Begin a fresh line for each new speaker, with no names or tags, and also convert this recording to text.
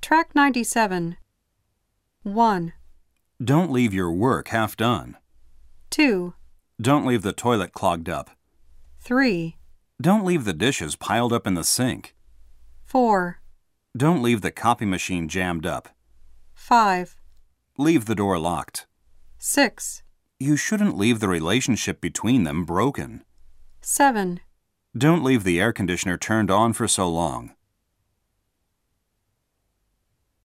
Track 97. 1,
Don't leave your work half done.
2,
Don't leave the toilet clogged up.
3,
Don't leave the dishes piled up in the sink.
4,
Don't leave the copy machine jammed up.
5,
Leave the door locked.
6,
You shouldn't leave the relationship between them broken.
7.
Don't leave the air conditioner turned on for so long.